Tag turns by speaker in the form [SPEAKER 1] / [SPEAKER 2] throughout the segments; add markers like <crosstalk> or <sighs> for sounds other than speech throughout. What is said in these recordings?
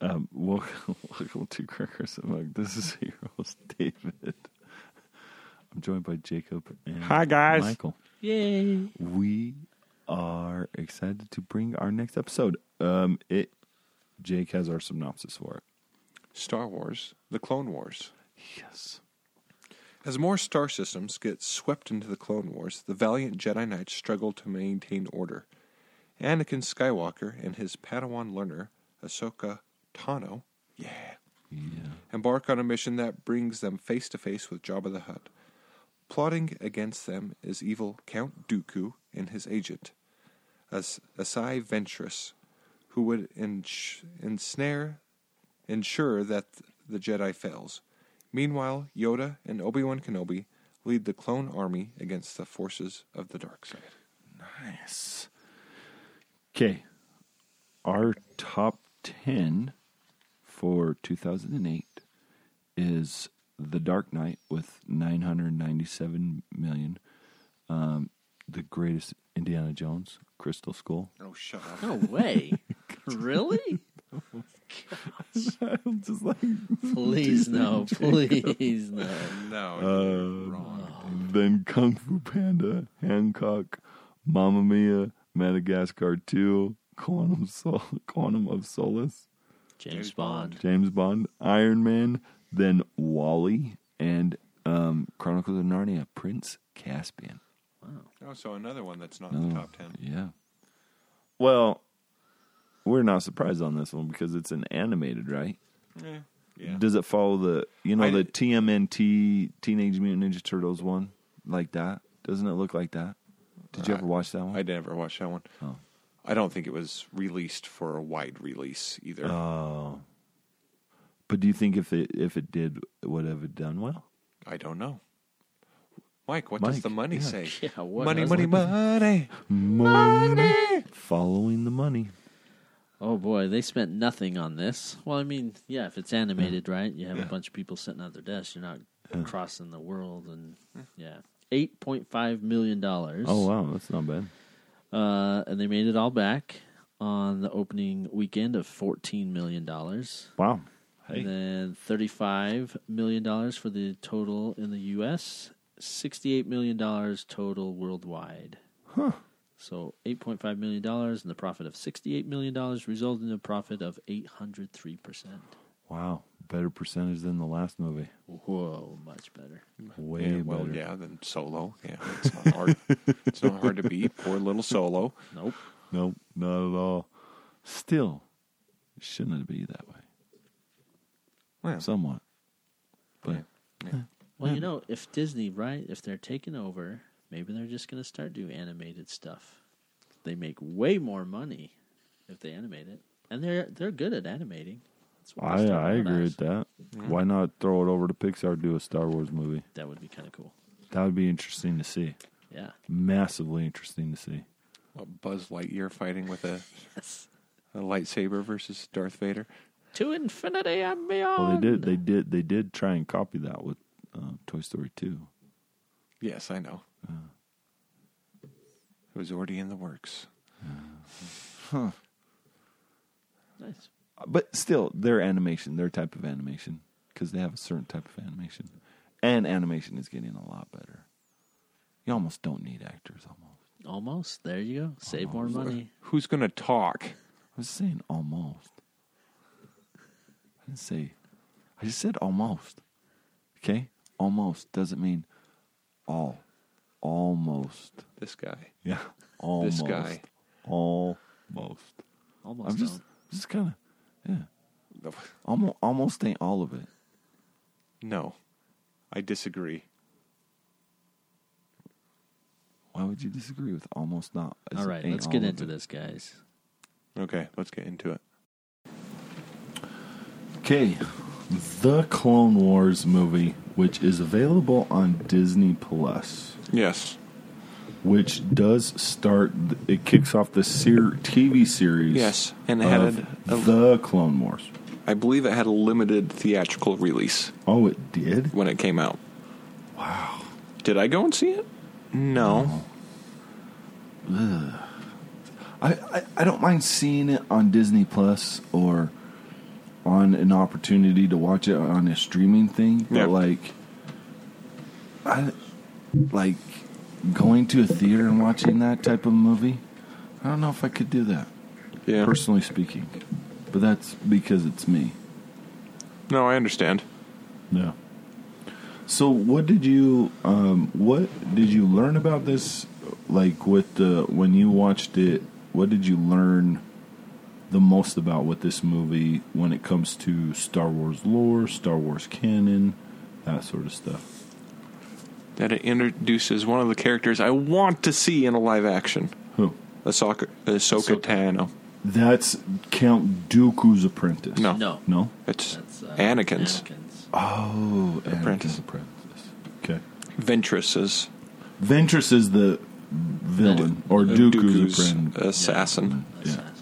[SPEAKER 1] Um, welcome, <laughs> welcome to Crackers and Mug. This is your host, David. I'm joined by Jacob and
[SPEAKER 2] Hi, guys.
[SPEAKER 1] Michael.
[SPEAKER 2] Yay.
[SPEAKER 1] We are excited to bring our next episode. Um, it Jake has our synopsis for it.
[SPEAKER 2] Star Wars, The Clone Wars.
[SPEAKER 1] Yes.
[SPEAKER 2] As more star systems get swept into the Clone Wars, the valiant Jedi Knights struggle to maintain order. Anakin Skywalker and his Padawan learner, Ahsoka Tano, yeah,
[SPEAKER 1] Yeah.
[SPEAKER 2] embark on a mission that brings them face to face with Jabba the Hutt. Plotting against them is evil Count Dooku and his agent, As- Asai Ventress, who would ens- ensnare, ensure that the Jedi fails. Meanwhile, Yoda and Obi Wan Kenobi lead the clone army against the forces of the dark side.
[SPEAKER 1] Nice. Okay. Our top 10 for 2008 is The Dark Knight with 997 million. Um, the greatest Indiana Jones, Crystal Skull. <laughs>
[SPEAKER 2] Oh, shut up.
[SPEAKER 3] No way. really?
[SPEAKER 1] I'm just like,
[SPEAKER 3] Please no. Please no.
[SPEAKER 2] No,
[SPEAKER 1] Uh, then Kung Fu Panda, Hancock, Mamma Mia, Madagascar 2, Quantum, Sol- Quantum of Solace.
[SPEAKER 3] James Bond.
[SPEAKER 1] James Bond, Iron Man, then Wally, and um, Chronicles of Narnia, Prince Caspian.
[SPEAKER 2] Oh, so another one that's not
[SPEAKER 1] in
[SPEAKER 2] in
[SPEAKER 1] the
[SPEAKER 2] the
[SPEAKER 1] Oh.
[SPEAKER 2] top 10.
[SPEAKER 1] Yeah. Well, we're not surprised on this one because it's an animated, right?
[SPEAKER 2] Yeah. Eh, yeah.
[SPEAKER 1] Does it follow the you know
[SPEAKER 2] I-
[SPEAKER 1] the TMNT Teenage Mutant Ninja Turtles one like that? Doesn't it look like that? Did you
[SPEAKER 2] Uh,
[SPEAKER 1] ever watch that one?
[SPEAKER 2] I never watched that one.
[SPEAKER 1] Oh.
[SPEAKER 2] I don't think it was released for a wide release either.
[SPEAKER 1] Oh. But do you think if it if it did would have it done well?
[SPEAKER 2] I don't know. Mike, what
[SPEAKER 1] Mike,
[SPEAKER 2] does the money
[SPEAKER 1] yeah.
[SPEAKER 2] say?
[SPEAKER 3] <laughs> Yeah, what
[SPEAKER 2] money,
[SPEAKER 3] does
[SPEAKER 2] money,
[SPEAKER 3] it-
[SPEAKER 2] money.
[SPEAKER 1] Money following the money.
[SPEAKER 3] Oh boy, they spent nothing on this. Well, I mean, yeah, if it's animated, right? You have a bunch of people sitting at their desks. You're not crossing the world, and yeah, eight point five million dollars.
[SPEAKER 1] Oh wow, that's not bad.
[SPEAKER 3] Uh, and they made it all back on the opening weekend of fourteen million dollars.
[SPEAKER 1] Wow.
[SPEAKER 3] And then thirty-five million dollars for the total in the U.S., sixty-eight million dollars total worldwide.
[SPEAKER 1] Huh.
[SPEAKER 3] So eight point five million dollars and the profit of sixty-eight million dollars resulted in a profit of eight hundred three percent.
[SPEAKER 1] Wow. Better percentage than the last movie.
[SPEAKER 3] Whoa, much better.
[SPEAKER 1] Way
[SPEAKER 2] yeah, well,
[SPEAKER 1] better.
[SPEAKER 2] yeah, then solo. Yeah, it's not hard. it's not hard to beat. Poor little solo.
[SPEAKER 3] Nope.
[SPEAKER 1] Nope, not at all. Still, shouldn't it be that way?
[SPEAKER 2] Well,
[SPEAKER 1] Somewhat. But
[SPEAKER 2] Yeah. yeah.
[SPEAKER 3] Well,
[SPEAKER 1] Hmm.
[SPEAKER 3] you know, if Disney, right, if they're taking over, maybe they're just going to start doing animated stuff. They make way more money if they animate it, and they're they're good at animating. That's what
[SPEAKER 1] I,
[SPEAKER 3] they
[SPEAKER 1] I
[SPEAKER 3] started out
[SPEAKER 1] agree with
[SPEAKER 3] as.
[SPEAKER 1] that. Why not throw it over to Pixar, do a Star Wars movie?
[SPEAKER 3] That would be kind of cool.
[SPEAKER 1] That would be interesting to see.
[SPEAKER 3] Yeah.
[SPEAKER 1] Massively interesting to see.
[SPEAKER 2] What, Buzz Lightyear fighting with a,
[SPEAKER 3] Yes.
[SPEAKER 2] a lightsaber versus Darth Vader.
[SPEAKER 3] To infinity and beyond.
[SPEAKER 1] Well, they did. They did. They did try and copy that with uh, Toy Story Two.
[SPEAKER 2] Yes, I know. It was already in the works.
[SPEAKER 3] Nice.
[SPEAKER 1] but still their animation their type of animation because they have a certain type of animation and animation is getting a lot better you almost don't need actors almost
[SPEAKER 3] Almost. There you go. Save more money.
[SPEAKER 2] Who's going to talk?
[SPEAKER 1] i was saying almost i didn't say i just said almost okay almost doesn't mean all almost
[SPEAKER 2] This guy.
[SPEAKER 1] yeah almost
[SPEAKER 2] guy.
[SPEAKER 1] almost
[SPEAKER 3] Almost.
[SPEAKER 1] i'm just
[SPEAKER 3] done.
[SPEAKER 1] just kind of yeah almost almost ain't all of it
[SPEAKER 2] No, I disagree.
[SPEAKER 1] Why would you disagree with almost not? It's-
[SPEAKER 3] All right.
[SPEAKER 1] ain't
[SPEAKER 3] Let's
[SPEAKER 1] all
[SPEAKER 3] get
[SPEAKER 1] of
[SPEAKER 3] into
[SPEAKER 1] it.
[SPEAKER 3] this, guys.
[SPEAKER 2] Okay, let's get into it.
[SPEAKER 1] Okay, the Clone Wars movie, which is available on Disney Plus,
[SPEAKER 2] Yes.
[SPEAKER 1] which does start. It kicks off the ser- TV series.
[SPEAKER 2] Yes, and it had
[SPEAKER 1] of
[SPEAKER 2] a- a-
[SPEAKER 1] the Clone Wars.
[SPEAKER 2] I believe it had a limited theatrical release
[SPEAKER 1] Oh, it did.
[SPEAKER 2] when it came out. Wow. Did I go and see it? No.
[SPEAKER 1] I, I I don't mind seeing it on Disney Plus or on an opportunity to watch it on a streaming thing, but
[SPEAKER 2] Yeah.
[SPEAKER 1] like, I like going to a theater and watching that type of movie. I don't know if I could do that,
[SPEAKER 2] Yeah.
[SPEAKER 1] personally speaking. But that's because it's me.
[SPEAKER 2] no, I understand.
[SPEAKER 1] Yeah. So what did you um what did you learn about this like with the when you watched it what did you learn the most about with this movie when it comes to Star Wars lore, Star Wars canon, that sort of stuff.
[SPEAKER 2] That it introduces one of the characters I want to see in a live action.
[SPEAKER 1] Who?
[SPEAKER 2] Ahsoka, Ahsoka
[SPEAKER 3] Ahsoka.
[SPEAKER 2] Tano.
[SPEAKER 1] That's Count Dooku's apprentice.
[SPEAKER 2] No.
[SPEAKER 3] No.
[SPEAKER 1] No?
[SPEAKER 2] It's
[SPEAKER 3] That's uh,
[SPEAKER 2] Anakin's.
[SPEAKER 1] Oh, Anakin's
[SPEAKER 2] Apprentice.
[SPEAKER 1] apprentice. Okay.
[SPEAKER 2] Ventress's uh,
[SPEAKER 1] Ventress is the villain or Dooku's,
[SPEAKER 2] Dooku's
[SPEAKER 1] apprentice.
[SPEAKER 2] assassin.
[SPEAKER 3] That's
[SPEAKER 1] Yeah.
[SPEAKER 3] that's-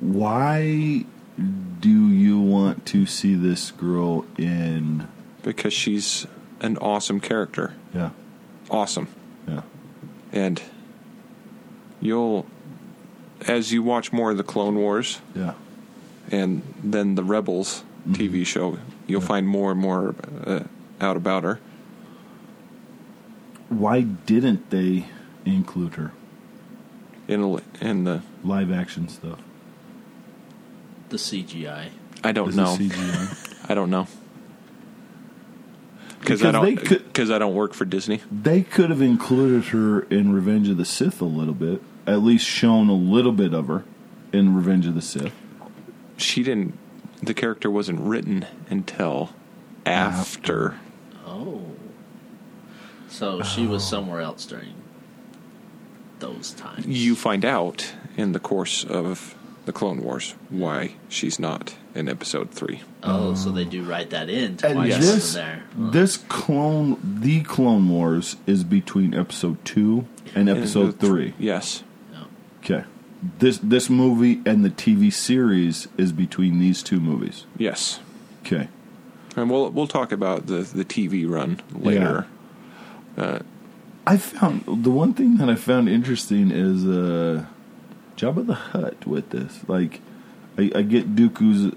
[SPEAKER 1] Why do you want to see this girl in?
[SPEAKER 2] because she's an awesome character.
[SPEAKER 1] Yeah,
[SPEAKER 2] Awesome.
[SPEAKER 1] yeah,
[SPEAKER 2] And you'll, as you watch more of the Clone Wars
[SPEAKER 1] yeah,
[SPEAKER 2] and then the Rebels TV show, you'll find more and more uh, out about her.
[SPEAKER 1] Why didn't they include her
[SPEAKER 2] In, a li- in the,
[SPEAKER 1] live action stuff?
[SPEAKER 3] The CGI.
[SPEAKER 2] I
[SPEAKER 3] Oh,
[SPEAKER 2] don't
[SPEAKER 1] Is it
[SPEAKER 2] know.
[SPEAKER 1] CGI?
[SPEAKER 2] I don't know. Because
[SPEAKER 1] Because
[SPEAKER 2] I
[SPEAKER 1] they
[SPEAKER 2] don't,
[SPEAKER 1] could-
[SPEAKER 2] because I don't work for Disney.
[SPEAKER 1] <laughs> they could have included her in Revenge of the Sith a little bit, at least shown a little bit of her in Revenge of the Sith.
[SPEAKER 2] She didn't. The character wasn't written until after.
[SPEAKER 3] Oh.
[SPEAKER 1] <sighs>
[SPEAKER 3] So she was somewhere else during those times.
[SPEAKER 2] You find out in the course of the Clone Wars why she's not in Episode Three.
[SPEAKER 3] Oh, so they do write that in to
[SPEAKER 1] And
[SPEAKER 3] why she
[SPEAKER 1] this
[SPEAKER 3] was there. Huh.
[SPEAKER 1] this clone, the Clone Wars, is between Episode Two and Episode
[SPEAKER 2] And-
[SPEAKER 1] Three.
[SPEAKER 2] Yes.
[SPEAKER 3] Yeah.
[SPEAKER 1] Okay. This this movie and the TV series is between these two movies.
[SPEAKER 2] Yes.
[SPEAKER 1] Okay.
[SPEAKER 2] And we'll we'll talk about the the TV run later.
[SPEAKER 1] I found the one thing that I found interesting is uh Jabba the Hutt with this. Like I, I get Dooku's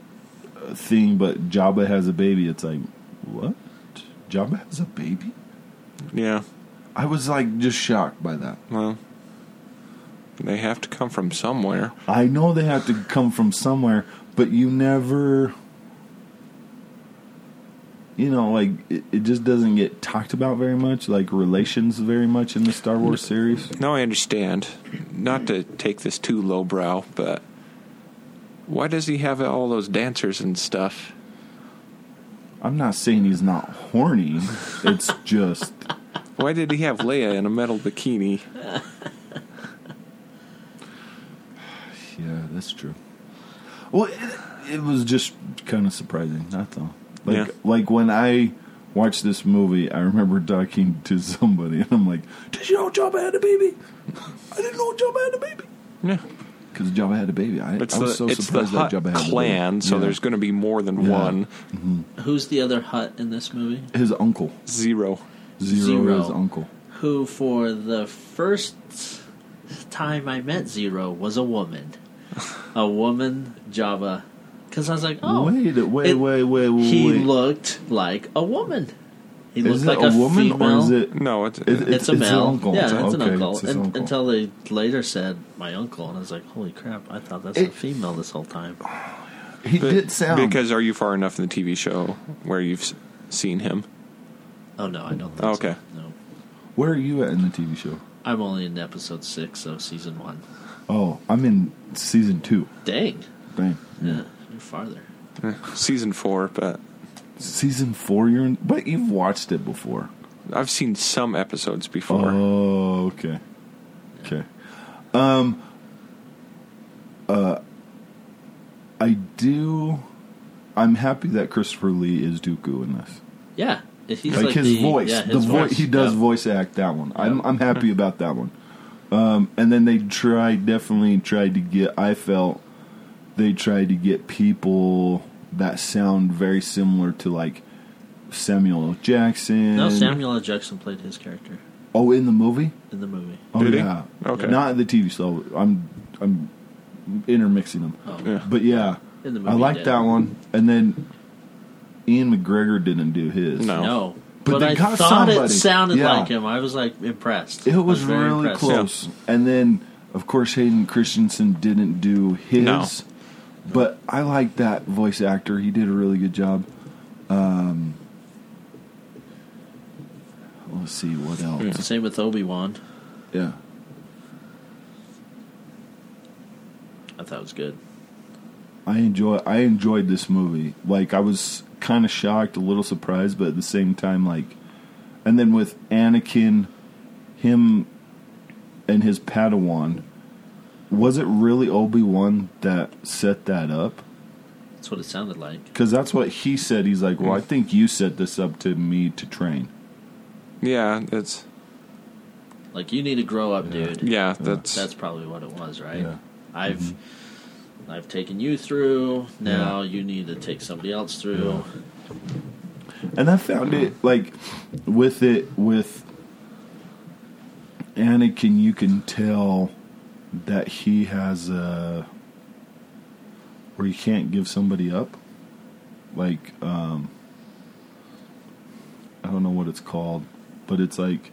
[SPEAKER 1] uh, thing, but Jabba has a baby. It's like what? Jabba has a baby?
[SPEAKER 2] Yeah.
[SPEAKER 1] I was like just shocked by that.
[SPEAKER 2] Well, they have to come from somewhere.
[SPEAKER 1] I know they have to come from somewhere, but you never. You know, like it, it just doesn't get talked about very much, like relations very much in the Star Wars series.
[SPEAKER 2] Now I understand. Not to take this too lowbrow, but why does he have all those dancers and stuff?
[SPEAKER 1] I'm not saying he's not horny. It's just
[SPEAKER 2] Why did he have Leia in a metal bikini?
[SPEAKER 1] yeah, that's true. Well, it, it was just kind of surprising. That's all. Like
[SPEAKER 2] Yeah.
[SPEAKER 1] like when I watched this movie, I remember talking to somebody, and I'm like, "Did you know Jabba had a baby? I didn't know Jabba had a baby."
[SPEAKER 2] Yeah,
[SPEAKER 1] Because Jabba had a baby. I,
[SPEAKER 2] it's
[SPEAKER 1] I
[SPEAKER 2] the
[SPEAKER 1] was so
[SPEAKER 2] it's the
[SPEAKER 1] surprised
[SPEAKER 2] Hutt
[SPEAKER 1] that Jabba had a
[SPEAKER 2] clan,
[SPEAKER 1] baby.
[SPEAKER 2] so
[SPEAKER 1] Yeah.
[SPEAKER 2] there's going to be more than
[SPEAKER 1] Yeah.
[SPEAKER 2] one
[SPEAKER 3] Who's the other hut in this movie?
[SPEAKER 1] his uncle.
[SPEAKER 2] zero.
[SPEAKER 1] Zero,
[SPEAKER 3] Zero.
[SPEAKER 1] is uncle.
[SPEAKER 3] Who, for the first time I met Zero, was
[SPEAKER 1] <laughs>
[SPEAKER 3] a woman. A woman Java. Because I was like, oh.
[SPEAKER 1] wait, a- wait,
[SPEAKER 3] it-
[SPEAKER 1] wait, wait, wait.
[SPEAKER 3] He
[SPEAKER 1] wait.
[SPEAKER 3] looked like a woman. He
[SPEAKER 1] is
[SPEAKER 3] looked
[SPEAKER 1] it
[SPEAKER 3] like
[SPEAKER 1] a, woman
[SPEAKER 3] female. Mm,
[SPEAKER 1] or is it?
[SPEAKER 2] No, it's,
[SPEAKER 1] Is it-
[SPEAKER 3] it's, a
[SPEAKER 1] it's an
[SPEAKER 3] male.
[SPEAKER 1] uncle.
[SPEAKER 3] Yeah,
[SPEAKER 1] It's
[SPEAKER 3] it's,
[SPEAKER 1] an-
[SPEAKER 3] an
[SPEAKER 1] okay,
[SPEAKER 3] uncle.
[SPEAKER 1] it's his
[SPEAKER 3] Un-
[SPEAKER 1] uncle.
[SPEAKER 3] Until they later said my uncle, and I was like, "Holy crap! I thought that's a
[SPEAKER 1] It-
[SPEAKER 3] female this whole time."
[SPEAKER 1] He did sound
[SPEAKER 2] because are you far enough in the TV show where you've s- seen him?
[SPEAKER 3] Oh no, I don't. think
[SPEAKER 2] Okay.
[SPEAKER 3] So. No,
[SPEAKER 1] Where are you at in the TV show?
[SPEAKER 3] I'm only in episode six of season one.
[SPEAKER 1] Oh, I'm in season two.
[SPEAKER 3] Dang.
[SPEAKER 1] Dang.
[SPEAKER 3] Yeah, you're farther.
[SPEAKER 2] Season four, but
[SPEAKER 1] Season four, you're in. But you've watched it before.
[SPEAKER 2] I've seen some episodes before.
[SPEAKER 1] Oh, okay. Okay. Um uh I do I'm happy that Christopher Lee is Dooku in this.
[SPEAKER 3] Yeah, if he's
[SPEAKER 1] like,
[SPEAKER 3] like,
[SPEAKER 1] his
[SPEAKER 3] the,
[SPEAKER 1] voice,
[SPEAKER 3] Yeah,
[SPEAKER 1] the
[SPEAKER 3] his
[SPEAKER 1] voice he does
[SPEAKER 3] Yeah.
[SPEAKER 1] voice act that one. I'm
[SPEAKER 3] Yeah. Mm-hmm.
[SPEAKER 1] I'm happy about that one. Um, and then they tried definitely tried to get. I felt they tried to get people that sound very similar to like Samuel L. Jackson.
[SPEAKER 3] No, Samuel L. Jackson played his character
[SPEAKER 1] Oh, in the movie.
[SPEAKER 3] in the movie.
[SPEAKER 1] Oh
[SPEAKER 2] Did he?
[SPEAKER 1] yeah.
[SPEAKER 2] Okay.
[SPEAKER 1] Not in the TV show. I'm I'm intermixing them.
[SPEAKER 3] Oh,
[SPEAKER 2] Yeah.
[SPEAKER 1] But yeah,
[SPEAKER 3] in the movie.
[SPEAKER 1] I like
[SPEAKER 3] did.
[SPEAKER 1] that one. And then Ian McGregor didn't do his.
[SPEAKER 3] No,
[SPEAKER 4] No.
[SPEAKER 1] But
[SPEAKER 3] but,
[SPEAKER 1] they
[SPEAKER 3] I
[SPEAKER 1] got
[SPEAKER 3] thought it
[SPEAKER 1] somebody.
[SPEAKER 3] sounded
[SPEAKER 1] Yeah.
[SPEAKER 3] like him. I was like impressed.
[SPEAKER 1] It
[SPEAKER 3] I
[SPEAKER 1] was,
[SPEAKER 3] very
[SPEAKER 1] really
[SPEAKER 3] impressed.
[SPEAKER 1] close. And then, of course, Hayden Christensen didn't do his.
[SPEAKER 4] No.
[SPEAKER 1] But I like that voice actor. He did a really good job. Um, let's see what
[SPEAKER 2] Hmm.
[SPEAKER 1] else.
[SPEAKER 3] Same with Obi Wan.
[SPEAKER 1] Yeah.
[SPEAKER 3] I thought it was good.
[SPEAKER 1] I enjoy. I enjoyed this movie. Like I was kind of shocked, a little surprised, but at the same time, like, and then with Anakin, him, and his Padawan, was it really Obi Wan that set that up?
[SPEAKER 3] That's what it sounded like.
[SPEAKER 1] Because that's what he said. He's like, "Well, I think you set this up to me to train."
[SPEAKER 2] Yeah, it's
[SPEAKER 3] Like you need to grow up, dude.
[SPEAKER 1] Uh,
[SPEAKER 2] yeah, that's
[SPEAKER 3] That's probably what it was, right?
[SPEAKER 1] Yeah. Mm-hmm.
[SPEAKER 3] I've I've taken you through. Now you need to take somebody else through.
[SPEAKER 1] And I found it like with it with Anakin, you can tell that he has a where you can't give somebody up. Like um I don't know what it's called, but it's like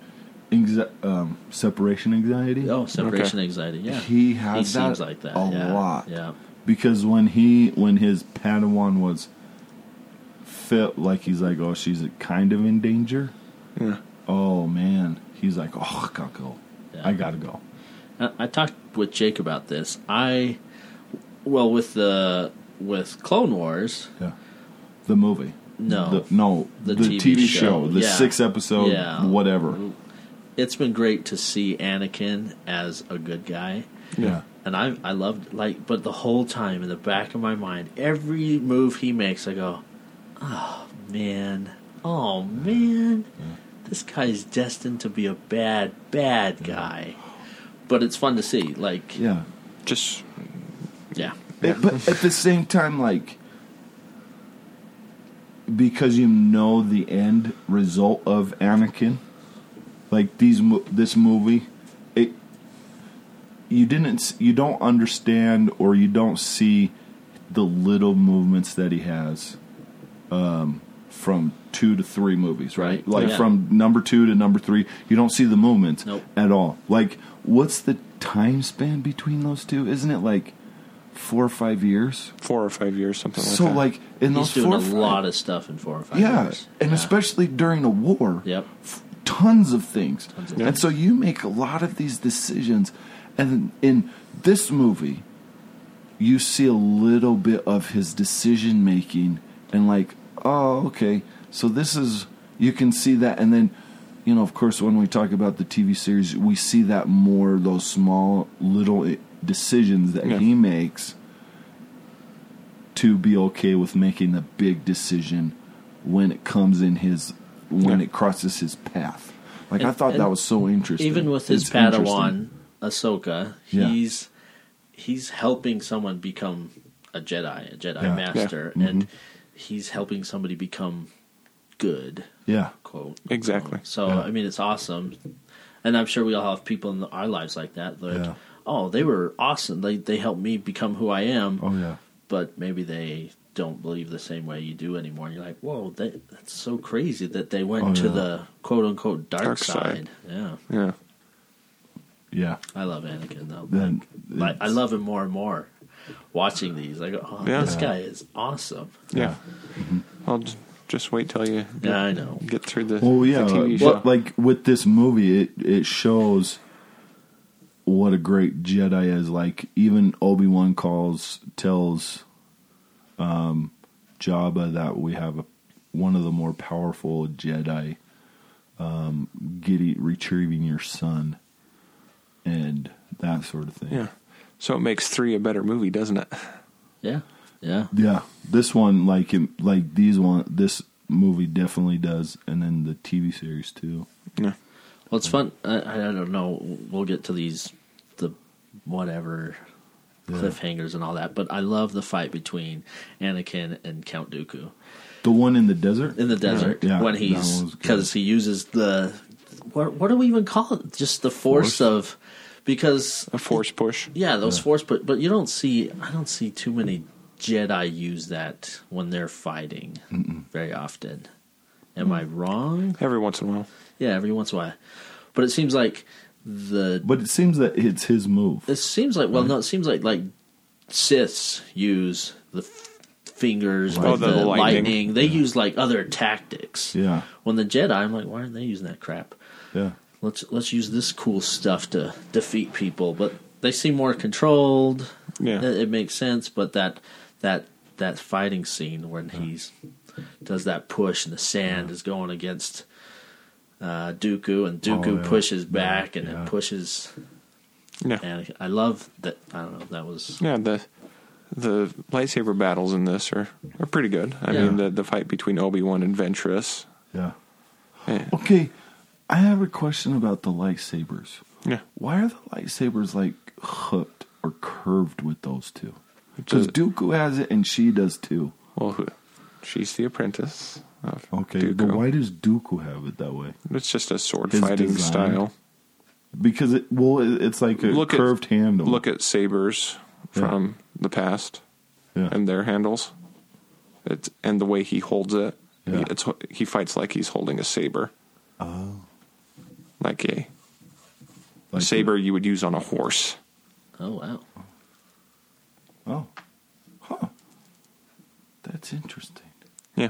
[SPEAKER 1] anxi- um, separation anxiety.
[SPEAKER 3] Oh, separation anxiety. Yeah,
[SPEAKER 1] He has
[SPEAKER 3] seems
[SPEAKER 1] that
[SPEAKER 3] like that
[SPEAKER 1] a
[SPEAKER 3] yeah.
[SPEAKER 1] lot.
[SPEAKER 3] Yeah,
[SPEAKER 1] because when he when his Padawan was felt like he's like oh she's kind of in danger.
[SPEAKER 2] yeah.
[SPEAKER 1] Oh man, he's like oh I gotta go,
[SPEAKER 3] Yeah.
[SPEAKER 1] I gotta go.
[SPEAKER 3] I, Uh, I talked with Jake about this. I well with the with Clone Wars.
[SPEAKER 1] Yeah, the movie.
[SPEAKER 3] No.
[SPEAKER 1] the, no,
[SPEAKER 3] The
[SPEAKER 1] the,
[SPEAKER 3] TV
[SPEAKER 1] TV,
[SPEAKER 3] show,
[SPEAKER 1] show, the
[SPEAKER 3] yeah.
[SPEAKER 1] six episode,
[SPEAKER 3] Yeah. Mm-hmm.
[SPEAKER 1] whatever.
[SPEAKER 3] It's been great to see Anakin as a good guy.
[SPEAKER 1] Yeah,
[SPEAKER 3] And I I loved like but the whole time in the back of my mind, every move he makes I go, Oh man, oh man. This guy's destined to be a bad, bad guy. But it's fun to see. Like
[SPEAKER 1] yeah.
[SPEAKER 2] Just
[SPEAKER 3] yeah.
[SPEAKER 1] It- but at the same time, like because you know the end result of Anakin, like these mo- this movie, it you didn't s- you don't understand or you don't see the little movements that he has um, from two to three movies, right?
[SPEAKER 3] Right.
[SPEAKER 1] Like
[SPEAKER 3] Yeah.
[SPEAKER 1] from number two to number three, you don't see the movements
[SPEAKER 3] Nope.
[SPEAKER 1] at all. Like, what's the time span between those two? Isn't it like four or five years?
[SPEAKER 2] four or five years, something like
[SPEAKER 1] so,
[SPEAKER 2] that.
[SPEAKER 1] like in
[SPEAKER 3] He's
[SPEAKER 1] those
[SPEAKER 3] doing
[SPEAKER 1] four,
[SPEAKER 3] a
[SPEAKER 1] or five-
[SPEAKER 3] lot of stuff in four or five
[SPEAKER 1] yeah,
[SPEAKER 3] years.
[SPEAKER 1] and especially during a war,
[SPEAKER 3] Yep.
[SPEAKER 1] f- tons of things,
[SPEAKER 3] of
[SPEAKER 1] and so you make a lot of these decisions, and in this movie, you see a little bit of his decision making, and like, oh, okay, so this is you can see that, and then. You know, of course, when we talk about the TV series, we see that more those small little i- decisions that
[SPEAKER 2] Yeah.
[SPEAKER 1] he makes to be okay with making the big decision when it comes in his when
[SPEAKER 2] Yeah.
[SPEAKER 1] it crosses his path. Like I
[SPEAKER 3] And-
[SPEAKER 1] thought that
[SPEAKER 3] and
[SPEAKER 1] was so interesting.
[SPEAKER 3] Even with his
[SPEAKER 1] It's
[SPEAKER 3] Padawan
[SPEAKER 1] interesting.
[SPEAKER 3] Ahsoka,
[SPEAKER 1] Yeah.
[SPEAKER 3] he's he's helping someone become a Jedi, a Jedi
[SPEAKER 1] Yeah. Mm-hmm.
[SPEAKER 3] master, and he's helping somebody become good.
[SPEAKER 1] yeah,
[SPEAKER 3] Quote
[SPEAKER 2] Exactly.
[SPEAKER 3] So
[SPEAKER 1] Yeah.
[SPEAKER 3] I mean, it's awesome, and I'm sure we all have people in our lives like that. That
[SPEAKER 1] Yeah.
[SPEAKER 3] oh, they were awesome. They they helped me become who I am.
[SPEAKER 1] oh yeah,
[SPEAKER 3] But maybe they don't believe the same way you do anymore. And you're like, whoa, that, that's so crazy that they went
[SPEAKER 1] Oh,
[SPEAKER 3] to
[SPEAKER 1] yeah.
[SPEAKER 3] the quote unquote dark,
[SPEAKER 2] Dark
[SPEAKER 3] side.
[SPEAKER 2] side.
[SPEAKER 3] Yeah.
[SPEAKER 2] yeah.
[SPEAKER 1] yeah.
[SPEAKER 3] I love Anakin though.
[SPEAKER 1] Then
[SPEAKER 3] Like, I love him more and more. Watching these, I go, oh,
[SPEAKER 2] Yeah.
[SPEAKER 3] this guy is awesome.
[SPEAKER 2] Yeah. Mm-hmm. I'll j- just wait till you get,
[SPEAKER 3] Yeah, I know.
[SPEAKER 2] get through the,
[SPEAKER 1] Well, yeah,
[SPEAKER 2] the TV show.
[SPEAKER 1] but like with this movie, it it shows what a great Jedi is. Like even Obi Wan calls tells um, Jabba that we have a, one of the more powerful Jedi um, getting retrieving your son and that sort of thing.
[SPEAKER 2] yeah. So it makes three a better movie, doesn't it?
[SPEAKER 3] Yeah, yeah.
[SPEAKER 1] Yeah, this one like it- like these one this movie definitely does, and then the TV series too.
[SPEAKER 2] Yeah.
[SPEAKER 3] Well, it's fun. I, I don't know. We'll get to these, the whatever cliffhangers and all that. But I love the fight between Anakin and Count Dooku
[SPEAKER 1] The one in the desert
[SPEAKER 3] in the desert
[SPEAKER 1] Yeah,
[SPEAKER 3] when
[SPEAKER 1] that
[SPEAKER 3] he's
[SPEAKER 1] one was good.
[SPEAKER 3] because he uses the what, what do we even call it? Just the force,
[SPEAKER 1] Force?
[SPEAKER 3] of because
[SPEAKER 2] A force push.
[SPEAKER 3] yeah, those force. But but you don't see. I don't see too many Jedi use that when they're fighting very often. Am I wrong?
[SPEAKER 2] Every once in a while.
[SPEAKER 3] Yeah, every once in a while. But it seems like the
[SPEAKER 1] But it seems that it's his move.
[SPEAKER 2] Uh,
[SPEAKER 3] it seems like well no it seems like like Siths use the f- fingers
[SPEAKER 2] Oh,
[SPEAKER 3] with
[SPEAKER 2] the
[SPEAKER 3] the, lightning.
[SPEAKER 2] lightning.
[SPEAKER 3] They use like other tactics.
[SPEAKER 1] Yeah.
[SPEAKER 3] When the Jedi, I'm like, why aren't they using that crap?
[SPEAKER 1] Yeah.
[SPEAKER 3] Let's let's use this cool stuff to defeat people. But they seem more controlled.
[SPEAKER 2] Yeah.
[SPEAKER 3] It, it makes sense. But that that that fighting scene when he's does that push and the sand is going against uh, Dooku and Dooku
[SPEAKER 1] Oh, yeah.
[SPEAKER 3] pushes back and
[SPEAKER 1] Yeah.
[SPEAKER 3] it pushes
[SPEAKER 2] Yeah.
[SPEAKER 3] and I love that. I don't know. That was
[SPEAKER 2] Yeah, the the lightsaber battles in this are, are pretty good. I
[SPEAKER 3] Yeah.
[SPEAKER 2] mean, the the fight between Obi Wan and Ventress. eh,
[SPEAKER 1] Yeah.
[SPEAKER 2] Yeah.
[SPEAKER 1] Okay, I have a question about the lightsabers.
[SPEAKER 2] yeah.
[SPEAKER 1] Why are the lightsabers like hooked or curved with those two? Because
[SPEAKER 2] Does-
[SPEAKER 1] Dooku has it and she does too.
[SPEAKER 2] Well, who- she's the apprentice. Of
[SPEAKER 1] Okay,
[SPEAKER 2] Dooku.
[SPEAKER 1] but why does Dooku have it that way?
[SPEAKER 2] It's just a sword
[SPEAKER 1] His
[SPEAKER 2] fighting
[SPEAKER 1] design.
[SPEAKER 2] style.
[SPEAKER 1] Because it well, it- it's like a
[SPEAKER 2] Look at-
[SPEAKER 1] curved handle.
[SPEAKER 2] Look at sabers
[SPEAKER 1] Yeah.
[SPEAKER 2] from the past
[SPEAKER 1] yeah,
[SPEAKER 2] and their handles. It's, and the way he holds it,
[SPEAKER 1] Yeah.
[SPEAKER 2] he, it's, he fights like he's holding a saber,
[SPEAKER 1] oh,
[SPEAKER 2] like a
[SPEAKER 1] like
[SPEAKER 2] saber you would use on a horse.
[SPEAKER 3] oh wow.
[SPEAKER 1] a- oh, huh. That's interesting.
[SPEAKER 2] Yeah,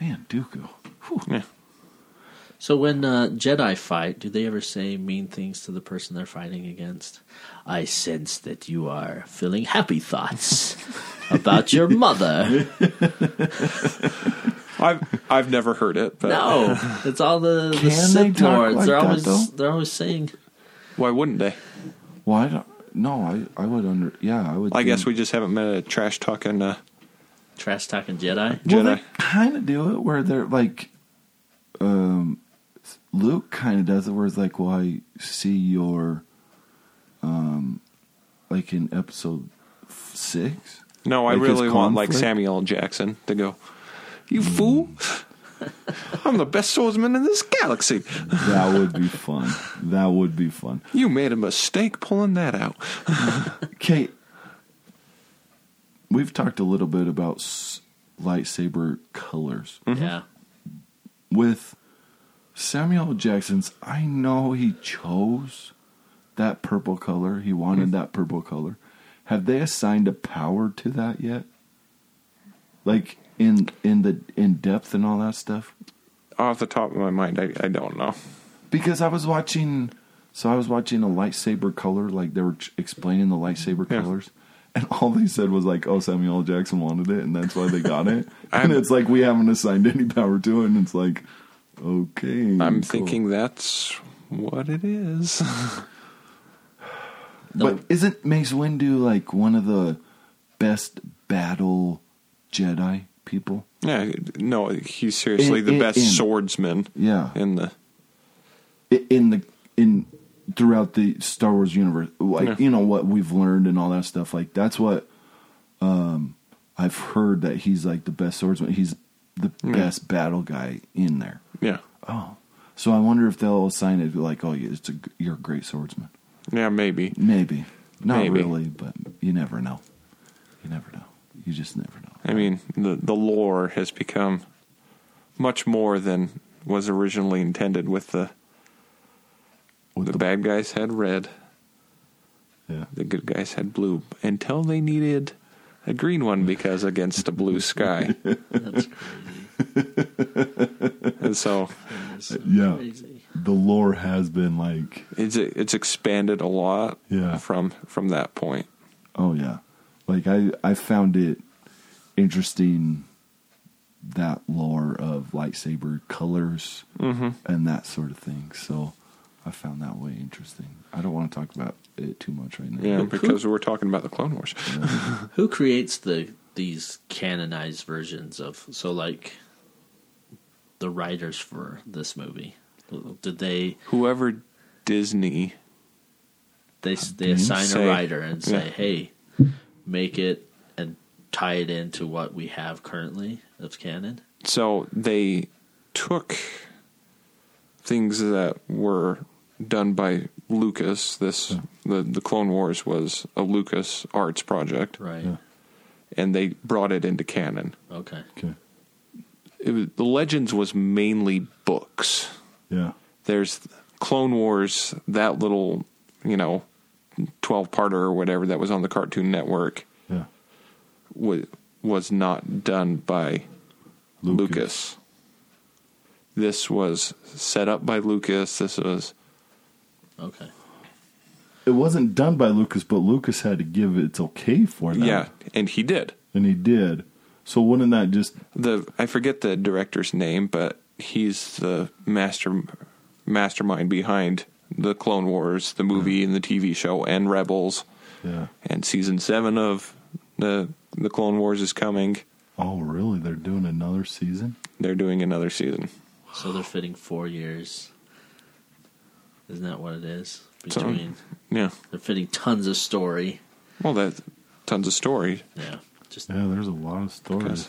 [SPEAKER 1] Man, Dooku. Whew.
[SPEAKER 2] yeah.
[SPEAKER 3] So when uh, Jedi fight, do they ever say mean things to the person they're fighting against? I sense that you are feeling happy
[SPEAKER 1] <laughs>
[SPEAKER 3] thoughts about your mother.
[SPEAKER 2] I've I've never heard it, but
[SPEAKER 3] No, it's all the, the
[SPEAKER 1] Can they
[SPEAKER 3] Sith
[SPEAKER 1] talk
[SPEAKER 3] lords.
[SPEAKER 1] like
[SPEAKER 3] they're
[SPEAKER 1] that,
[SPEAKER 3] always
[SPEAKER 1] though?
[SPEAKER 3] they're always saying
[SPEAKER 2] why wouldn't they?
[SPEAKER 1] Well, I don't. No, I I would under. Yeah, I would.
[SPEAKER 2] I guess
[SPEAKER 1] think-
[SPEAKER 2] we just haven't met a trash talking. Uh,
[SPEAKER 3] trash talking Jedi.
[SPEAKER 1] Well,
[SPEAKER 2] Jedi.
[SPEAKER 1] they kind of do it where they're like, um, Luke kind of does it where it's like, "Well, I see your, um, like in episode f- six.
[SPEAKER 2] no, I
[SPEAKER 1] Like his
[SPEAKER 2] really want like
[SPEAKER 1] conflict?
[SPEAKER 2] Samuel L. Jackson to go. You fool! I'm the best swordsman in this galaxy.
[SPEAKER 1] That would be fun. That would be fun.
[SPEAKER 2] You made a mistake pulling that out.
[SPEAKER 1] Kate, we've talked a little bit about s- lightsaber colors
[SPEAKER 3] Yeah,
[SPEAKER 1] with Samuel L. Jackson's. I know he chose that purple color. He wanted
[SPEAKER 2] Hmm.
[SPEAKER 1] that purple color. Have they assigned a power to that yet? Like in in the in depth and all that stuff?
[SPEAKER 2] Off the top of my mind, I, I don't know.
[SPEAKER 1] Because I was watching so I was watching a lightsaber color like they were ch- explaining the lightsaber
[SPEAKER 2] Yeah.
[SPEAKER 1] colors. And all they said was like, "Oh, Samuel L. Jackson wanted it, and that's why they got it."
[SPEAKER 2] <laughs> I'm-
[SPEAKER 1] and it's like we haven't assigned any power to it, and it's like, okay.
[SPEAKER 2] I'm
[SPEAKER 1] Hmm, cool.
[SPEAKER 2] thinking that's what it is. <laughs>
[SPEAKER 1] But isn't Mace Windu like one of the best battle Jedi people?
[SPEAKER 2] yeah, no, he's seriously
[SPEAKER 1] In-
[SPEAKER 2] the
[SPEAKER 1] in-
[SPEAKER 2] best
[SPEAKER 1] in.
[SPEAKER 2] swordsman
[SPEAKER 1] Yeah.
[SPEAKER 2] in the.
[SPEAKER 1] I- In the in throughout the Star Wars universe, like
[SPEAKER 2] Yeah.
[SPEAKER 1] you know what we've learned and all that stuff. Like that's what um I've heard that he's like the best swordsman. He's the
[SPEAKER 2] Hmm.
[SPEAKER 1] best battle guy in there.
[SPEAKER 2] Yeah,
[SPEAKER 1] Oh, so I wonder if they'll assign it like, oh, it's a, g- you're a great swordsman.
[SPEAKER 2] yeah, maybe.
[SPEAKER 1] Maybe not
[SPEAKER 2] Maybe.
[SPEAKER 1] really, but you never know. You never know. You just never know.
[SPEAKER 2] I mean, the the lore has become much more than was originally intended. With the
[SPEAKER 1] With
[SPEAKER 2] the,
[SPEAKER 1] the-
[SPEAKER 2] bad guys had red,
[SPEAKER 1] Yeah.
[SPEAKER 2] the good guys had blue, until they needed a green one because against a blue
[SPEAKER 1] <laughs>
[SPEAKER 2] sky,
[SPEAKER 3] that's
[SPEAKER 2] and so
[SPEAKER 3] crazy.
[SPEAKER 1] <laughs> Yeah.
[SPEAKER 3] Crazy.
[SPEAKER 1] the lore has been like,
[SPEAKER 2] it's it's expanded a lot
[SPEAKER 1] Yeah.
[SPEAKER 2] from from that point.
[SPEAKER 1] oh yeah, like I I found it interesting that lore of lightsaber colors
[SPEAKER 2] Mm-hmm.
[SPEAKER 1] and that sort of thing. So I found that way interesting. I don't want to talk about it too much right now.
[SPEAKER 2] Yeah, because we're talking about the Clone Wars.
[SPEAKER 3] Who creates the these canonized versions of so like the writers for this movie? Did they
[SPEAKER 2] Whoever Disney,
[SPEAKER 3] they they
[SPEAKER 2] Mm-hmm.
[SPEAKER 3] assign
[SPEAKER 2] Say-
[SPEAKER 3] a writer and say,
[SPEAKER 2] yeah.
[SPEAKER 3] "Hey, make it and tie it into what we have currently of canon."
[SPEAKER 2] so they took things that were done by Lucas. This the the Clone Wars was a Lucas Arts project,
[SPEAKER 3] Right.
[SPEAKER 1] Yeah.
[SPEAKER 2] and they brought it into canon.
[SPEAKER 3] Okay.
[SPEAKER 1] Okay.
[SPEAKER 2] It was, the Legends was mainly books.
[SPEAKER 1] Yeah.
[SPEAKER 2] There's Clone Wars, that little you know twelve parter or whatever that was on the Cartoon Network
[SPEAKER 1] Yeah.
[SPEAKER 2] was was not done by Lucas. This was set up by Lucas. This was
[SPEAKER 3] Okay.
[SPEAKER 1] It wasn't done by Lucas, but Lucas had to give its okay for that.
[SPEAKER 2] yeah, and he did.
[SPEAKER 1] And he did. So wouldn't that just
[SPEAKER 2] The I forget the director's name, but he's the master mastermind behind the Clone Wars, the movie and the TV show, and Rebels,
[SPEAKER 1] Yeah.
[SPEAKER 2] and season seven of the the Clone Wars is coming.
[SPEAKER 1] Oh really? They're doing another season?
[SPEAKER 2] They're doing another season.
[SPEAKER 3] So they're fitting four years. Isn't that what it is?
[SPEAKER 2] So-
[SPEAKER 3] Between
[SPEAKER 2] Yeah,
[SPEAKER 3] they're fitting tons of story.
[SPEAKER 2] well, that tons of story.
[SPEAKER 3] Yeah. Just
[SPEAKER 1] Yeah, there's a lot of stories.
[SPEAKER 2] 'Cause-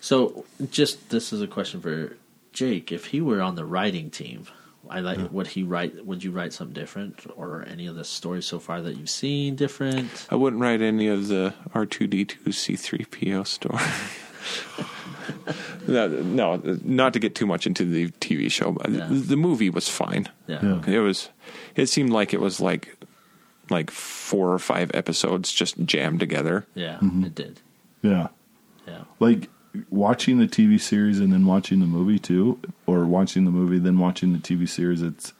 [SPEAKER 3] so just this is a question for Jake. If he were on the writing team, I like would he write would you write something different or any of the stories so far that you've seen different?
[SPEAKER 2] I wouldn't write any of the R two D two C three PO story. <laughs> no, no, not to get too much into the TV show. But
[SPEAKER 3] Yeah.
[SPEAKER 2] The movie was fine.
[SPEAKER 3] Yeah.
[SPEAKER 1] Yeah.
[SPEAKER 3] Okay.
[SPEAKER 2] It was. It seemed like it was like like four or five episodes just jammed together.
[SPEAKER 3] Yeah,
[SPEAKER 2] Mm-hmm.
[SPEAKER 3] it did.
[SPEAKER 1] Yeah.
[SPEAKER 3] Yeah.
[SPEAKER 1] Like watching the TV series and then watching the movie too, or watching the movie then watching the TV series. It's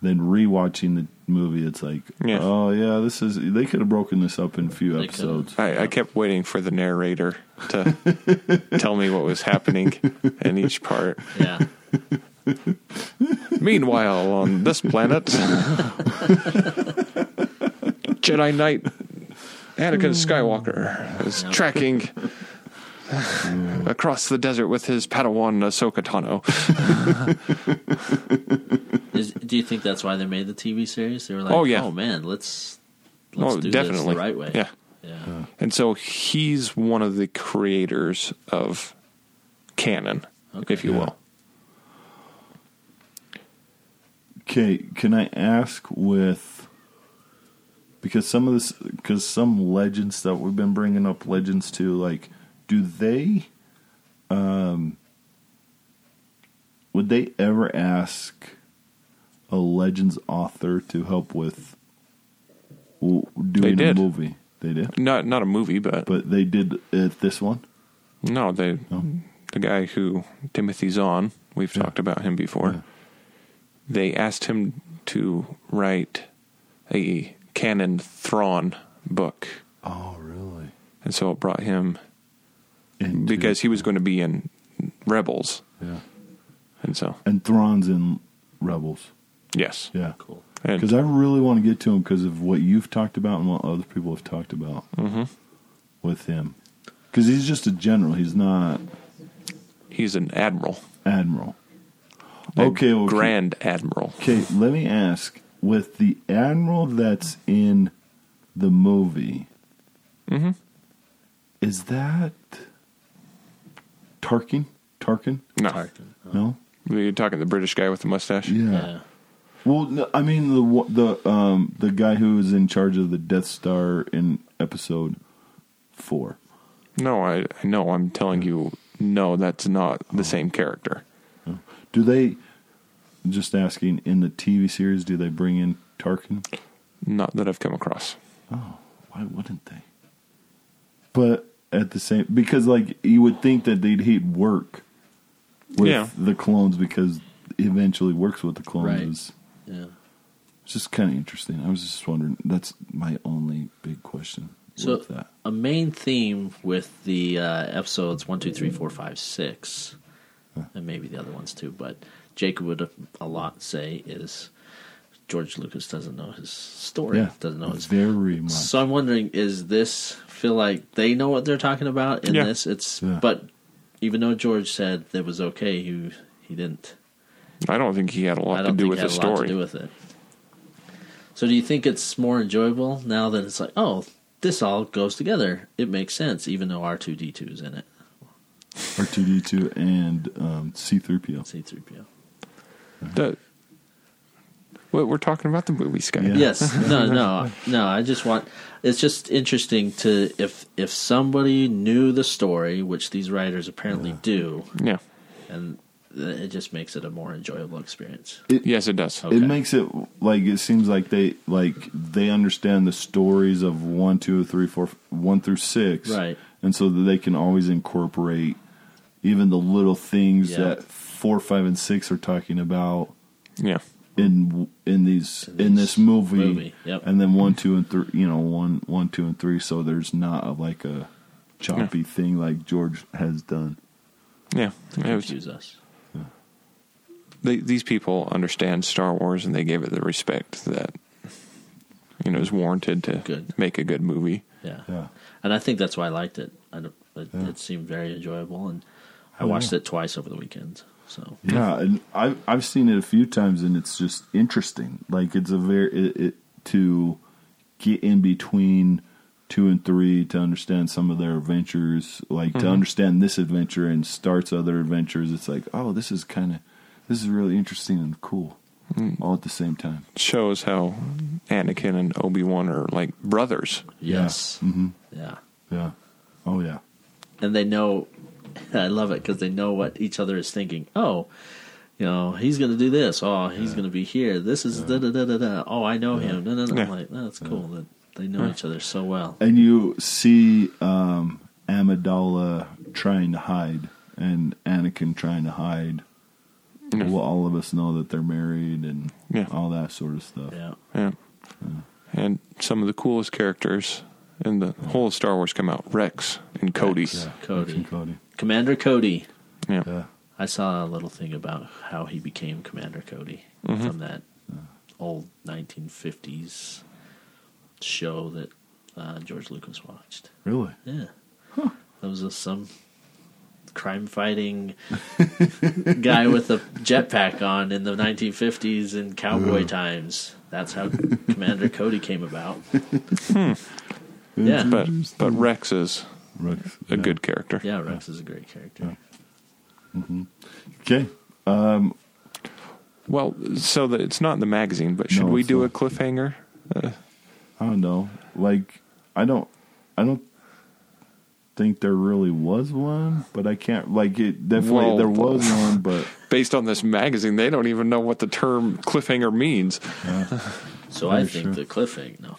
[SPEAKER 1] then rewatching the movie. It's like,
[SPEAKER 2] Yeah.
[SPEAKER 1] oh yeah, this is. They could have broken this up in a few
[SPEAKER 3] They
[SPEAKER 1] episodes.
[SPEAKER 2] I, I kept waiting for the narrator to tell me what was happening in each part. <laughs>
[SPEAKER 3] Yeah.
[SPEAKER 2] Meanwhile, on this planet, Jedi Knight Anakin Skywalker is
[SPEAKER 3] Yeah.
[SPEAKER 2] tracking across the desert with his Padawan Ahsoka Tano.
[SPEAKER 3] Is, do you think that's why they made the TV series? They were like,
[SPEAKER 2] Oh, yeah.
[SPEAKER 3] man, let's let's
[SPEAKER 2] oh,
[SPEAKER 3] do
[SPEAKER 2] definitely
[SPEAKER 3] this the right way."
[SPEAKER 2] Yeah,
[SPEAKER 3] yeah,
[SPEAKER 2] and so he's one of the creators of canon, Uh,
[SPEAKER 3] Okay.
[SPEAKER 2] if you will.
[SPEAKER 1] Okay, can I ask with because some of this because some legends that we've been bringing up legends to like do they um would they ever ask a legends author to help with w- doing a
[SPEAKER 2] did.
[SPEAKER 1] movie? They did.
[SPEAKER 2] Not not a movie, but,
[SPEAKER 1] But they did at this one?
[SPEAKER 2] no, they
[SPEAKER 1] No.
[SPEAKER 2] the guy who Timothy Zahn, we've
[SPEAKER 1] Yeah.
[SPEAKER 2] talked about him before.
[SPEAKER 1] Yeah.
[SPEAKER 2] They asked him to write a canon Thrawn book,
[SPEAKER 1] Oh, really?
[SPEAKER 2] and so it brought him
[SPEAKER 1] Into-
[SPEAKER 2] because he was going to be in Rebels,
[SPEAKER 1] yeah.
[SPEAKER 2] and so
[SPEAKER 1] And Thrawn's in Rebels.
[SPEAKER 2] yes,
[SPEAKER 1] Yeah.
[SPEAKER 3] cool.
[SPEAKER 2] and
[SPEAKER 1] Because I really want to get to him because of what you've talked about and what other people have talked about
[SPEAKER 2] Mm-hmm.
[SPEAKER 1] with him. Because he's just a general; he's not
[SPEAKER 2] he's an admiral,
[SPEAKER 1] admiral.
[SPEAKER 2] a
[SPEAKER 1] Okay, okay.
[SPEAKER 2] grand admiral.
[SPEAKER 1] Okay, let me ask: with the admiral that's in the movie,
[SPEAKER 2] Mm-hmm.
[SPEAKER 1] is that Tarkin? Tarkin?
[SPEAKER 2] No,
[SPEAKER 3] Tarkin. Oh,
[SPEAKER 1] No.
[SPEAKER 2] you're talking the British guy with the mustache.
[SPEAKER 1] Yeah.
[SPEAKER 3] yeah.
[SPEAKER 1] Well, no, I mean the wa- the um the guy who is in charge of the Death Star in Episode Four.
[SPEAKER 2] No, I I know. I'm telling you, no, that's not
[SPEAKER 1] Oh.
[SPEAKER 2] the same character.
[SPEAKER 1] Do they? Just asking. In the TV series, do they bring in Tarkin?
[SPEAKER 2] Not that I've come across.
[SPEAKER 1] Oh, why wouldn't they? But at the same, because like you would think that they'd hate work with
[SPEAKER 2] Yeah.
[SPEAKER 1] the clones because eventually works with the clones.
[SPEAKER 3] Right.
[SPEAKER 1] Is,
[SPEAKER 3] yeah.
[SPEAKER 1] it's just kind of interesting. I was just wondering. That's my only big question
[SPEAKER 3] So-
[SPEAKER 1] with that.
[SPEAKER 3] A main theme with the uh, episodes one, two, three, four, five, six, and maybe the other ones too. But Jacob would a, a lot say is George Lucas doesn't know his story.
[SPEAKER 1] Yeah,
[SPEAKER 3] Doesn't know his
[SPEAKER 1] very much.
[SPEAKER 3] So I'm wondering, is this feel like they know what they're talking about in
[SPEAKER 2] Yeah.
[SPEAKER 3] this? It's
[SPEAKER 1] Yeah.
[SPEAKER 3] but even though George said it was okay, he he didn't.
[SPEAKER 2] I don't think he had a lot
[SPEAKER 3] I
[SPEAKER 2] to
[SPEAKER 3] don't
[SPEAKER 2] do
[SPEAKER 3] think
[SPEAKER 2] with
[SPEAKER 3] it had
[SPEAKER 2] the
[SPEAKER 3] a lot to
[SPEAKER 2] story.
[SPEAKER 3] do with it. So do you think it's more enjoyable now that it's like, oh, this all goes together. It makes sense, even though R two D two is in it.
[SPEAKER 1] R two D two and um, C three PO.
[SPEAKER 3] C three PO.
[SPEAKER 2] The- Well, we're talking about the movie, Scott.
[SPEAKER 1] Yeah. <laughs>
[SPEAKER 3] Yes. No, no. No, I just want it's just interesting to if if somebody knew the story, which these writers apparently do,
[SPEAKER 2] Yeah.
[SPEAKER 3] and it just makes it a more enjoyable experience.
[SPEAKER 2] Yes, it does.
[SPEAKER 3] Okay.
[SPEAKER 1] It makes it like it seems like they like they understand the stories of one, two, three, four, one through six,
[SPEAKER 3] Right.
[SPEAKER 1] And so that they can always incorporate even the little things
[SPEAKER 3] Yeah.
[SPEAKER 1] that four, five, and six are talking about
[SPEAKER 2] Yeah.
[SPEAKER 1] in in these in, this
[SPEAKER 3] these
[SPEAKER 1] movie,
[SPEAKER 3] movie, yep.
[SPEAKER 1] and then one, two, and three. You know, one, one, two, and three. So there's not a, like a choppy thing like George has done.
[SPEAKER 2] Yeah.
[SPEAKER 3] To
[SPEAKER 2] It was-
[SPEAKER 3] confuse us.
[SPEAKER 2] they, these people understand Star Wars and they gave it the respect that you know is warranted to
[SPEAKER 3] Good.
[SPEAKER 2] make a good movie.
[SPEAKER 3] Yeah.
[SPEAKER 1] Yeah,
[SPEAKER 3] And I think that's why I liked it. I don't, it,
[SPEAKER 1] Yeah.
[SPEAKER 3] it seemed very enjoyable and I
[SPEAKER 1] Oh,
[SPEAKER 3] watched
[SPEAKER 1] yeah.
[SPEAKER 3] it twice over the weekend. So
[SPEAKER 1] yeah. And I've I've seen it a few times, and it's just interesting. Like it's a very it, it to get in between two and three to understand some of their adventures, like to understand this adventure and starts other adventures. It's like, oh, this is kind of this is really interesting and cool, all at the same time.
[SPEAKER 2] It shows how Anakin and Obi Wan are like brothers.
[SPEAKER 3] yes.
[SPEAKER 1] Yeah. hmm
[SPEAKER 3] Yeah.
[SPEAKER 1] Yeah. Oh yeah.
[SPEAKER 3] and they know <laughs> i love it because they know what each other is thinking oh you know he's going to do this oh he's going to be here this is da da da da da oh i know him no no no
[SPEAKER 2] Yeah.
[SPEAKER 3] i'm like "Oh, that's cool that they know each other so well
[SPEAKER 1] And you see um, Amidala trying to hide and Anakin trying to hide.
[SPEAKER 2] Yeah.
[SPEAKER 1] Well, all of us know that they're married and
[SPEAKER 2] Yeah.
[SPEAKER 1] all that sort of stuff.
[SPEAKER 3] yeah
[SPEAKER 2] Yeah.
[SPEAKER 3] Hmm.
[SPEAKER 2] And some of the coolest characters in the whole of Star Wix come out. Rex and Cody.
[SPEAKER 3] Rex. Cody.
[SPEAKER 1] Action Cody.
[SPEAKER 3] commander cody
[SPEAKER 2] Yeah.
[SPEAKER 1] Yeah.
[SPEAKER 3] i saw a little thing about how he became commander cody
[SPEAKER 1] Mm-hmm.
[SPEAKER 3] from that old 1950s show that uh, george lucas watched
[SPEAKER 1] Really?
[SPEAKER 3] Yeah. That was just some crime
[SPEAKER 1] <laughs>
[SPEAKER 3] fighting guy with a jetpack on in the 1950s in cowboy times. That's how Commander Cody
[SPEAKER 1] <laughs>
[SPEAKER 3] came about.
[SPEAKER 1] Hmm.
[SPEAKER 3] Yeah.
[SPEAKER 2] But but Rex is
[SPEAKER 1] Rex.
[SPEAKER 2] a good character.
[SPEAKER 3] Yeah, Rex is a great character.
[SPEAKER 1] Okay.
[SPEAKER 2] Well, so that it's not in the magazine, but should
[SPEAKER 1] No,
[SPEAKER 2] we
[SPEAKER 1] it's
[SPEAKER 2] do
[SPEAKER 1] not.
[SPEAKER 2] a cliffhanger?
[SPEAKER 1] I don't know. Like I don't I don't think there really was one, but I can't like it definitely
[SPEAKER 2] Well,
[SPEAKER 1] there was
[SPEAKER 2] but-
[SPEAKER 1] one, but
[SPEAKER 2] Based on this magazine, they don't even know what the term cliffhanger means.
[SPEAKER 1] uh,
[SPEAKER 3] So
[SPEAKER 1] Very
[SPEAKER 3] I think
[SPEAKER 1] true.
[SPEAKER 3] the cliffhanger. No.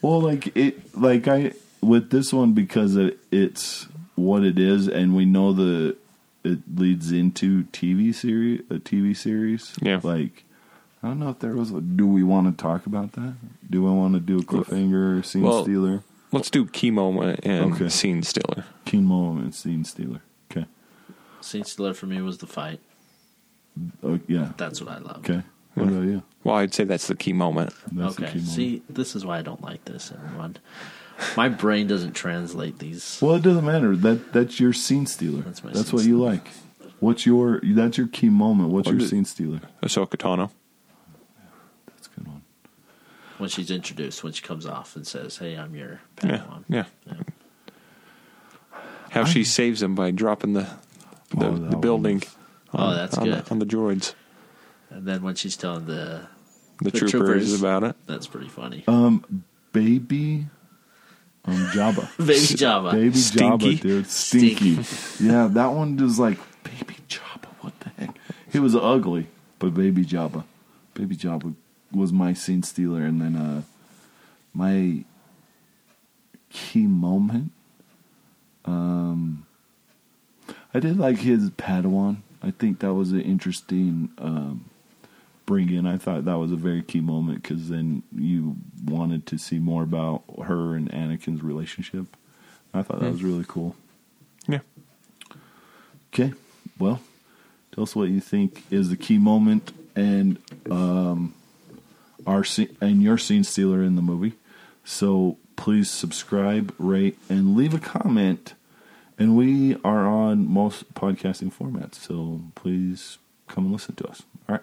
[SPEAKER 1] Well, like it, like I with this one because it, it's what it is, and we know the it leads into TV series, a TV series.
[SPEAKER 2] Yeah.
[SPEAKER 1] Like I don't know if there was. a Do we want to talk about that? Do I want to do a cliffhanger, scene
[SPEAKER 2] Well-
[SPEAKER 1] stealer,
[SPEAKER 2] Let's do key moment and
[SPEAKER 1] Okay.
[SPEAKER 2] scene stealer.
[SPEAKER 1] keen moment, scene stealer? Okay.
[SPEAKER 3] Scene stealer for me was the fight.
[SPEAKER 1] Oh yeah.
[SPEAKER 3] That's what I love.
[SPEAKER 1] Okay. What about you?
[SPEAKER 2] Well, I'd say that's the key moment.
[SPEAKER 1] the
[SPEAKER 3] okay. See, this is why I don't like this, everyone. My brain doesn't translate these.
[SPEAKER 1] Well, it doesn't matter. That that's your scene stealer. That's,
[SPEAKER 3] That's my
[SPEAKER 1] that's
[SPEAKER 3] scene
[SPEAKER 1] what you like. What's your that's your key moment? What's
[SPEAKER 2] What
[SPEAKER 1] your
[SPEAKER 2] is-
[SPEAKER 1] scene stealer?
[SPEAKER 2] Ahsoka Tano.
[SPEAKER 1] That's a good one.
[SPEAKER 3] When she's introduced, when she comes off and says, Hey, I'm your
[SPEAKER 2] Yeah,
[SPEAKER 3] Padawan.
[SPEAKER 2] yeah.
[SPEAKER 3] yeah.
[SPEAKER 2] How she saves him by dropping the the,
[SPEAKER 1] Oh, that
[SPEAKER 2] the building.
[SPEAKER 3] Oh, that's
[SPEAKER 2] on
[SPEAKER 3] good.
[SPEAKER 2] The, on the droids,
[SPEAKER 3] And then when she's telling the,
[SPEAKER 2] the,
[SPEAKER 3] The
[SPEAKER 2] troopers,
[SPEAKER 3] troopers.
[SPEAKER 2] about it.
[SPEAKER 3] that's pretty funny.
[SPEAKER 1] Um, baby, um, Jabba,
[SPEAKER 3] Baby Java.
[SPEAKER 1] baby
[SPEAKER 2] Stinky?
[SPEAKER 1] Jabba, dude, stinky. yeah, that one was like baby Jabba. What the heck? He was ugly, but baby Jabba, baby Jabba was my scene stealer, and then uh, my key moment. Um, I did like his Padawan. I think that was an interesting um, bring in. I thought that was a very key moment because then you wanted to see more about her and Anakin's relationship. I thought that was really cool.
[SPEAKER 2] Yeah,
[SPEAKER 1] Okay, well, tell us what you think is the key moment and um, our scene, and your scene stealer in the movie. So please subscribe, rate, and leave a comment. And we are on most podcasting formats, so please come and listen to us. All right,